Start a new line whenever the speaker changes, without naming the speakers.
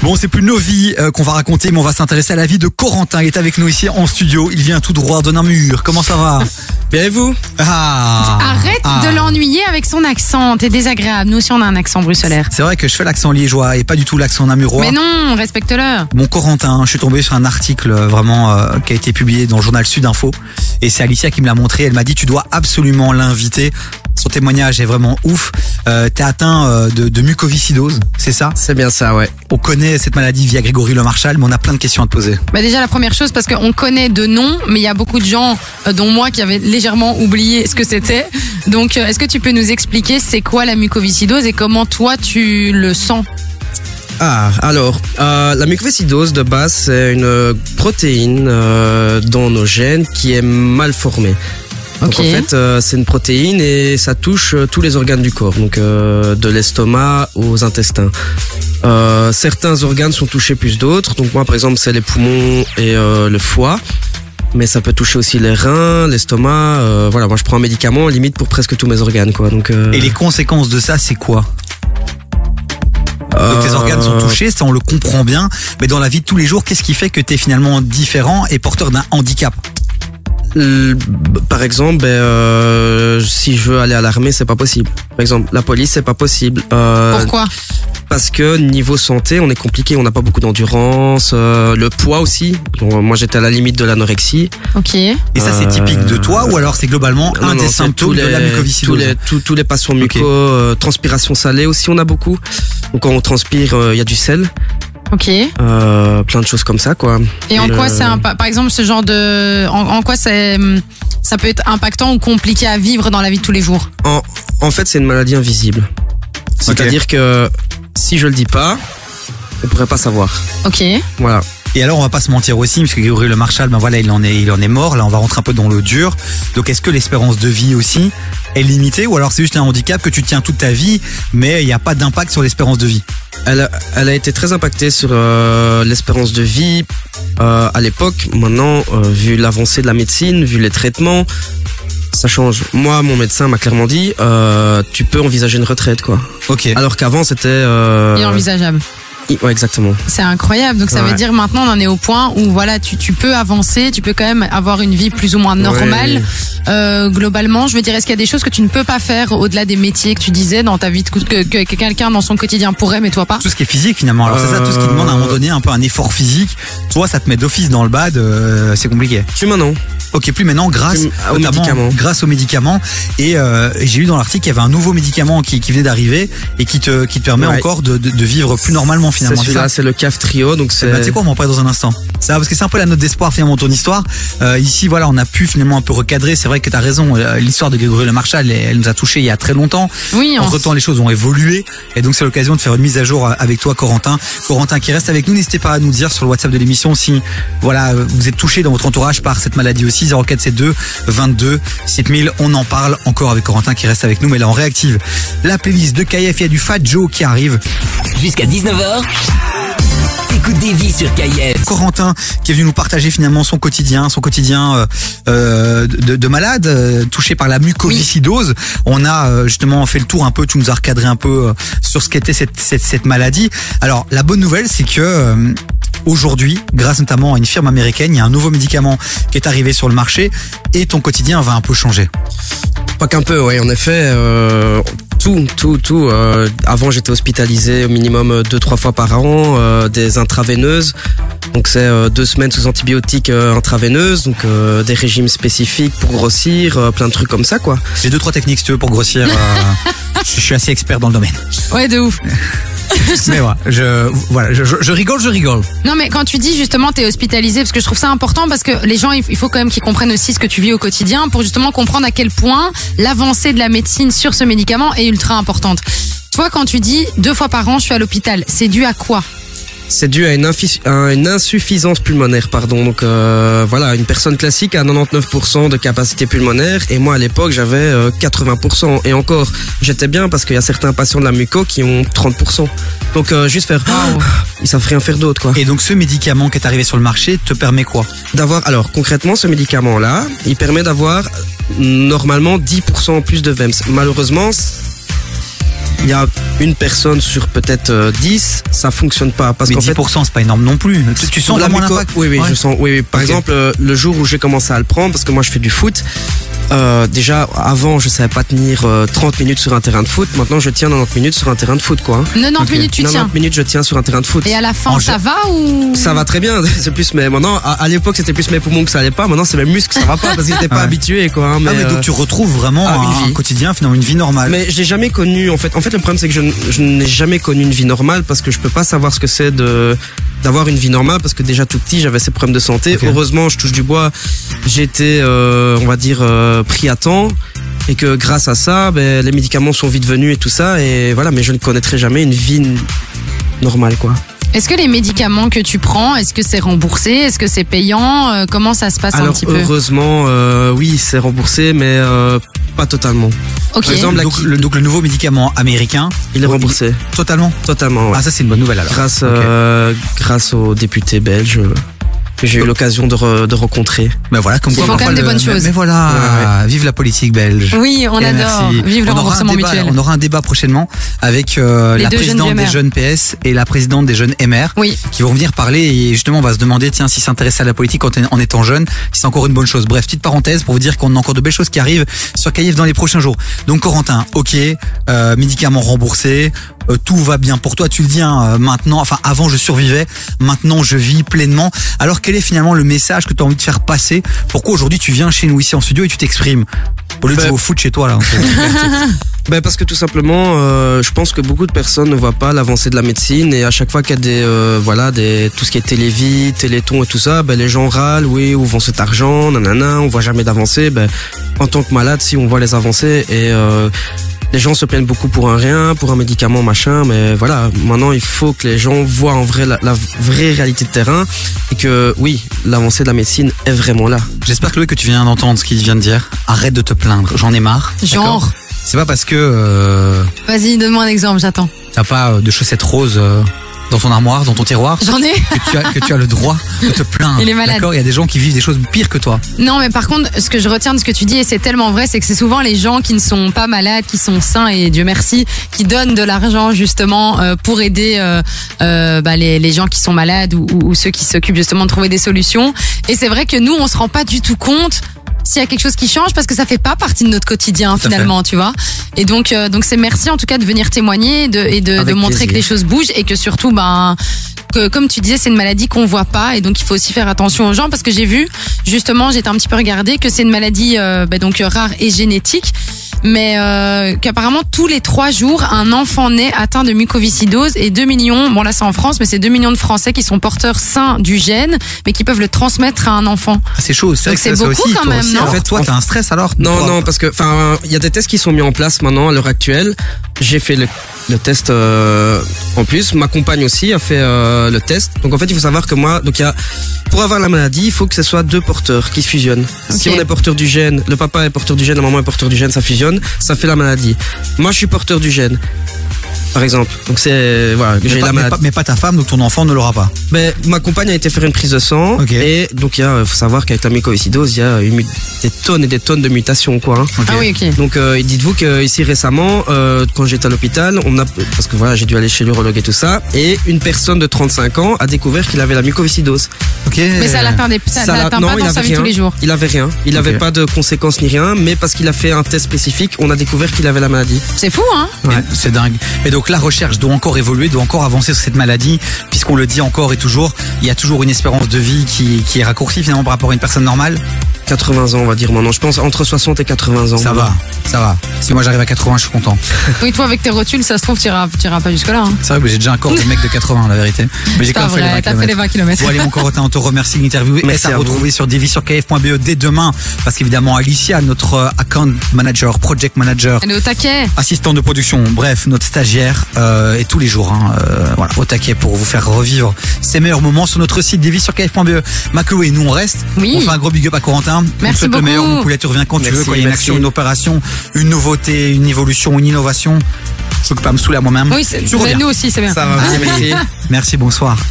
Bon, c'est plus nos vies euh, qu'on va raconter, mais on va s'intéresser à la vie de Corentin. Il est avec nous ici en studio. Il vient tout droit de Namur. Comment ça va
Bien et vous
Ah
Arrête
Ah.
de l'ennuyer avec son accent. T'es désagréable. Nous aussi, on a un accent bruxellaire.
C'est vrai que je fais l'accent liégeois et pas du tout l'accent namurois.
Mais non, respecte-le.
Mon Corentin, je suis tombé sur un article euh, vraiment euh, qui a été publié dans le journal Sud Info. Et c'est Alicia qui me l'a montré. Elle m'a dit tu dois absolument l'inviter. Son témoignage est vraiment ouf. Euh, T'es atteint euh, de, de mucoviscidose, c'est ça
C'est bien ça, ouais.
On connaît cette maladie via Grégory Lemarchal, mais on a plein de questions à te poser.
Bah déjà, la première chose, parce qu'on connaît de nom, mais il y a beaucoup de gens, euh, dont moi, qui avaient légèrement oublié ce que c'était. Donc, euh, est-ce que tu peux nous expliquer c'est quoi la mucoviscidose et comment toi, tu le sens
Ah, alors, euh, la mucoviscidose de base, c'est une euh, protéine euh, dans nos gènes qui est mal formée. Donc
Ok.
en fait, euh, c'est une protéine et ça touche euh, tous les organes du corps, donc euh, de l'estomac aux intestins. Euh, certains organes sont touchés plus d'autres, donc moi par exemple c'est les poumons et euh, le foie, mais ça peut toucher aussi les reins, l'estomac. euh, voilà, moi je prends un médicament limite pour presque tous mes organes, quoi. Donc euh,
Et les conséquences de ça, c'est quoi Donc tes
euh,
organes sont touchés, ça on le comprend bien, mais dans la vie de tous les jours, qu'est-ce qui fait que t'es finalement différent et porteur d'un handicap
L- Par exemple, ben, euh, si je veux aller à l'armée, c'est pas possible. Par exemple, la police, c'est pas possible. Euh,
Pourquoi
parce que niveau santé, on est compliqué, on n'a pas beaucoup d'endurance, euh, le poids aussi. Bon, euh, moi, j'étais à la limite de l'anorexie.
Ok.
Et ça c'est
Euh,
typique de toi ou alors c'est globalement
Non,
un
non,
Ah, des
c'est
symptômes
tous
de la
les- Tous
mucoviscidose
les, tous, tous les patients
Ok.
muco, euh, transpiration salée aussi, on a beaucoup. Donc, quand on transpire, euh, il y a du sel,
Ok. Et
euh, plein de choses comme ça, quoi.
en
Mais,
quoi
euh,
c'est un par exemple ce genre de en, en quoi c'est hum, ça peut être impactant ou compliqué à vivre dans la vie de tous les jours
En, en fait, c'est une maladie invisible. C'est-à-dire que si je le dis pas, on pourrait pas savoir.
Ok.
Voilà.
Et alors on va pas se mentir aussi, parce que Grégory Le Marchal, ben voilà, il en est, il en est mort. Là on va rentrer un peu dans le dur. Donc est-ce que l'espérance de vie aussi est limitée ou alors c'est juste un handicap que tu tiens toute ta vie, mais il n'y a pas d'impact sur l'espérance de vie
Elle a, elle a été très impactée sur euh, l'espérance de vie euh, à l'époque. Maintenant, euh, vu l'avancée de la médecine, vu les traitements, ça change. Moi, mon médecin m'a clairement dit, euh, tu peux envisager une retraite, quoi.
Ok.
Alors qu'avant, c'était... Euh...
Inenvisageable.
i- Ouais, exactement.
C'est incroyable. Donc ça
Ouais.
veut dire maintenant on en est au point où voilà tu, tu peux avancer, tu peux quand même avoir une vie plus ou moins normale. Euh, globalement, je veux dire est-ce qu'il y a des choses que tu ne peux pas faire au-delà des métiers que tu disais dans ta vie de cou- que, que, que quelqu'un dans son quotidien pourrait mais toi pas
Tout ce qui est physique finalement. Alors c'est ça, tout ce qui
Euh.
demande à un moment donné un peu un effort physique. Toi ça te met d'office dans le bad, euh, c'est compliqué.
Tu maintenant.
Ok, plus maintenant grâce
Plus aux
Ah, notamment
Ah médicaments.
grâce aux médicaments. Et euh, j'ai lu dans l'article qu'il y avait un nouveau médicament qui, qui venait d'arriver et qui te qui te permet
Ouais.
encore de, de, de vivre plus normalement
C'est
finalement. c'est ça
celui-là, c'est le CAF Trio, donc
Eh
c'est...
ben, tu sais quoi, on va en parler dans un instant. Ça, va, parce que c'est un peu la note d'espoir finalement de ton histoire. Euh, ici, voilà, on a pu finalement un peu recadrer. C'est vrai que t'as raison. euh, L'histoire de Grégory Le Marchal, elle, elle nous a touché il y a très longtemps.
Oui, on-
Entre temps, les choses ont évolué, et donc c'est l'occasion de faire une mise à jour euh, avec toi, Corentin. Corentin, qui reste avec nous, n'hésitez pas à nous dire sur le WhatsApp de l'émission si, voilà, euh, vous êtes touché dans votre entourage par cette maladie aussi. 0472 22 7000. On en parle encore avec Corentin qui reste avec nous, mais là on réactive la playlist de KF. Il y a du Fat Joe qui arrive.
Jusqu'à 19h, t'écoutes des vies sur KIF.
Corentin qui est venu nous partager finalement son quotidien, son quotidien euh, euh, de, de malade, euh, touché par la mucoviscidose. On a euh, justement fait le tour un peu, tu nous as recadré un peu euh, sur ce qu'était cette, cette, cette maladie. Alors la bonne nouvelle c'est que... euh, Aujourd'hui, grâce notamment à une firme américaine, il y a un nouveau médicament qui est arrivé sur le marché et ton quotidien va un peu changer.
Pas qu'un peu, ouais, en effet. euh, tout, tout, tout. euh, avant, j'étais hospitalisé au minimum euh, deux, trois fois par an, euh, des intraveineuses. Donc, c'est euh, deux semaines sous antibiotiques euh, intraveineuses, donc euh, des régimes spécifiques pour grossir, euh, plein de trucs comme ça, quoi.
J'ai deux trois techniques si tu veux pour grossir. euh, je suis assez expert dans le domaine.
ouais de ouf.
Mais voilà, je, voilà, je- je- je rigole, je rigole.
Non, mais quand tu dis justement t'es hospitalisé, parce que je trouve ça important, parce que les gens, il il faut quand même qu'ils comprennent aussi ce que tu vis au quotidien pour justement comprendre à quel point l'avancée de la médecine sur ce médicament est ultra importante. Toi, quand tu dis deux fois par an, je suis à l'hôpital, c'est dû à quoi
C'est dû à une, infi- à une insuffisance pulmonaire, pardon. Donc, euh, voilà, une personne classique a 99% de capacité pulmonaire, et moi, à l'époque, j'avais euh, 80%. Et encore, j'étais bien parce qu'il y a certains patients de la muco qui ont 30%. Donc, euh, juste faire... ils savent rien faire d'autre quoi.
Et donc ce médicament qui est arrivé sur le marché te permet quoi
D'avoir alors concrètement ce médicament là, il permet d'avoir mm, E normalement 10% en plus de VEMS. Malheureusement, c- il y a une personne sur peut-être euh, 10, ça fonctionne pas. Parce
Mais
qu'en fait,
10%, c'est pas énorme non plus. Tu, tu sens
la
vraiment
muco-
l'impact
Oui, oui,
Ouais.
je sens. Oui, oui. Par
Ok.
exemple, euh, le jour où j'ai commencé à le prendre, parce que moi je fais du foot, euh, déjà avant je savais pas tenir euh, 30 minutes sur un terrain de foot. Maintenant je tiens 90 minutes sur un terrain de foot, quoi.
90 minutes, tu
90
tiens.
minutes je tiens sur un terrain de foot.
Et à la fin,
En
ça va ou
Ça va très bien, c'est plus mes. Maintenant, à, à l'époque c'était plus mes poumons que ça allait pas. Maintenant c'est mes muscles, ça va pas parce qu'ils étaient pas
Ouais.
habitués, quoi. hein, mais,
Ah, mais
euh,
donc tu retrouves vraiment
Ah, une
un,
vie.
un quotidien, finalement, une vie normale.
Mais je n'ai jamais connu, en fait, en fait, le problème c'est que je, n- je n'ai jamais connu une vie normale parce que je peux pas savoir ce que c'est de d'avoir une vie normale parce que déjà tout petit j'avais ces problèmes de santé.
Ok.
Heureusement, je touche du bois, j'étais, euh, on va dire, euh, pris à temps et que grâce à ça, ben, les médicaments sont vite venus et tout ça et voilà. Mais je ne connaîtrai jamais une vie n- normale, quoi.
Est-ce que les médicaments que tu prends, est-ce que c'est remboursé, est-ce que c'est payant, Euh, comment ça se passe un
Alors
petit peu
heureusement, euh, oui, c'est remboursé, mais euh, pas totalement.
Ok.
par exemple, la
donc,
qui-
le, donc le nouveau médicament américain,
Il est remboursé
totalement.
totalement. ouais.
Ah, ça, c'est une bonne nouvelle alors.
grâce,
Ok.
euh, grâce aux députés belges euh, que j'ai eu l'occasion de, re- de rencontrer.
Mais voilà, comme
Ils
quoi.
font
on
quand
parle
même des
de-
bonnes
mais-
choses.
Mais voilà, vive la politique belge.
Oui, on
Et
adore.
Eh, merci.
Vive
on aura,
le
un
remboursement
débat,
mutuel.
on aura un débat prochainement avec euh,
Les
la
deux jeunes
présidente
du
des
MR.
jeunes PS et la présidente des jeunes MR
Oui.
qui vont venir parler et justement on va se demander tiens s'ils s'intéressent à la politique quand- en étant jeune si c'est encore une bonne chose. Bref, petite parenthèse pour vous dire qu'on a encore de belles choses qui arrivent sur Caïf dans les prochains jours. Donc Corentin, ok, euh, médicaments remboursés, euh, tout va bien pour toi, tu le dis hein, euh, maintenant, enfin avant je survivais, maintenant je vis pleinement. Alors quel est finalement le message que tu as envie de faire passer Pourquoi aujourd'hui tu viens chez nous ici en studio et tu t'exprimes au lieu de
Ben-
jouer au foot chez toi là en fait.
Ben parce que tout simplement, euh, je pense que beaucoup de personnes ne voient pas l'avancée de la médecine et à chaque fois qu'il y a des, euh, voilà, des, tout ce qui est télévie, téléthon et tout ça, ben les gens râlent, oui, où vont cet argent, nanana, on voit jamais d'avancée. Ben, en tant que malade, si on voit les avancées et euh, les gens se plaignent beaucoup pour un rien, pour un médicament, machin, mais voilà, maintenant il faut que les gens voient en vrai la, la vraie réalité de terrain et que oui, l'avancée de la médecine est vraiment là.
J'espère Chloé que tu viens d'entendre ce qu'il vient de dire. Arrête de te plaindre, j'en ai marre.
Genre.
d'accord C'est pas parce que euh,
Vas-y, donne-moi un exemple, j'attends.
T'as pas euh, de chaussettes roses euh, dans ton armoire, dans ton tiroir,
J'en ai
que tu, as, que tu as le droit de te plaindre.
Il est malade.
D'accord, il y a des gens qui vivent des choses pires que toi.
Non, mais par contre, ce que je retiens de ce que tu dis, et c'est tellement vrai, c'est que c'est souvent les gens qui ne sont pas malades, qui sont sains, et Dieu merci, qui donnent de l'argent justement euh, pour aider euh, euh, bah, les, les gens qui sont malades ou, ou- ou ceux qui s'occupent justement de trouver des solutions. Et c'est vrai que nous, on se rend pas du tout compte s'il y a quelque chose qui change parce que ça fait pas partie de notre quotidien
fait.
finalement, tu vois. Et donc, euh, donc c'est merci en tout cas de venir témoigner de, et de, de
Avec
montrer que
plaisir.
les choses bougent et que surtout, ben, que, comme tu disais, c'est une maladie qu'on voit pas et donc il faut aussi faire attention aux gens parce que j'ai vu, justement, j'étais un petit peu regardée que c'est une maladie euh, bah, donc euh, rare et génétique, mais euh, qu'apparemment tous les trois jours un enfant naît atteint de mucoviscidose et 2 millions, bon là c'est en France, mais c'est 2 millions de Français qui sont porteurs sains du gène, mais qui peuvent le transmettre à un enfant.
Ah, C'est chaud, c'est vrai
Donc
que
c'est
ça, ça
beaucoup
aussi.
quand
toi
même,
aussi.
non
En fait, toi, t'as un stress alors
Non,
Toi,
non, parce que, enfin, il y a des tests qui sont mis en place maintenant à l'heure actuelle. J'ai fait le, le test euh, en plus. Ma compagne aussi a fait euh, le test. Donc en fait, il faut savoir que moi, donc il y a, pour avoir la maladie, il faut que ce soit deux porteurs qui se fusionnent. Si
Ok.
on est porteur du gène, le papa est porteur du gène, la maman est porteur du gène, ça fusionne, ça fait la maladie. Moi, je suis porteur du gène. Par exemple, donc c'est voilà,
Mais
j'ai
pas,
la
mais,
maladie.
pas, mais pas ta femme, donc ton enfant ne l'aura pas.
Ben, ma compagne a été faire une prise de sang
Ok.
et donc il y a, faut savoir qu'avec la mycoïcidose, il y a une mu- des tonnes et des tonnes de mutations quoi. hein.
Ok.
Ah oui, ok.
Donc euh, et dites-vous que ici récemment, euh, quand j'étais à l'hôpital, on a parce que voilà j'ai dû aller chez l'urologue et tout ça, et une personne de 35 ans a découvert qu'il avait la mucoviscidose.
Ok.
Mais ça l'atteint des- ça
ça l'a-
l'atteint
non,
pas
il
dans
avait
sa vie
rien.
tous les jours.
Il avait rien, il
Ok.
n'avait pas de conséquences ni rien, mais parce qu'il a fait un test spécifique, on a découvert qu'il avait la maladie.
C'est fou, hein
Mais
Ouais.
C'est dingue. Et donc la recherche doit encore évoluer, doit encore avancer sur cette maladie, puisqu'on le dit encore et toujours, il y a toujours une espérance de vie qui, qui est raccourcie finalement par rapport à une personne normale.
80 ans on va dire maintenant, je pense entre 60 et 80 ans.
ça va, ça va. Si moi j'arrive à 80, je suis content.
Oui, toi avec tes rotules, ça se trouve, tu iras, pas jusque-là. hein.
C'est vrai que j'ai déjà un corps de mec de 80, la vérité. Mais j'ai
C'est
quand
pas
même fait les
vrai,
20
t'as fait
kilomètres.
les 20 km.
Bon allez mon Corentin, on te remercie de l'interview et
Merci
ça
à vous.
retrouver sur divisurkf.be E dès demain parce qu'évidemment Alicia, notre euh, account manager, project manager,
Elle est au taquet.
assistant de production, bref, notre stagiaire euh, est tous les jours hein, euh, voilà, au taquet pour vous faire revivre ces meilleurs moments sur notre site divisurkf.be. Ma Chloé, E. nous on reste,
Oui.
on fait un gros big up à Corentin. On
Merci
te souhaite le
beaucoup.
meilleur, mon poulet, tu reviens quand tu
Merci,
veux, quand il y a une
merci.
action, une opération, une nouveauté, une évolution, une innovation. Je peux pas me saouler à moi-même.
Oui, c'est Ah.
Tu reviens.
nous aussi, c'est bien.
Ça va, merci.
Merci, bonsoir.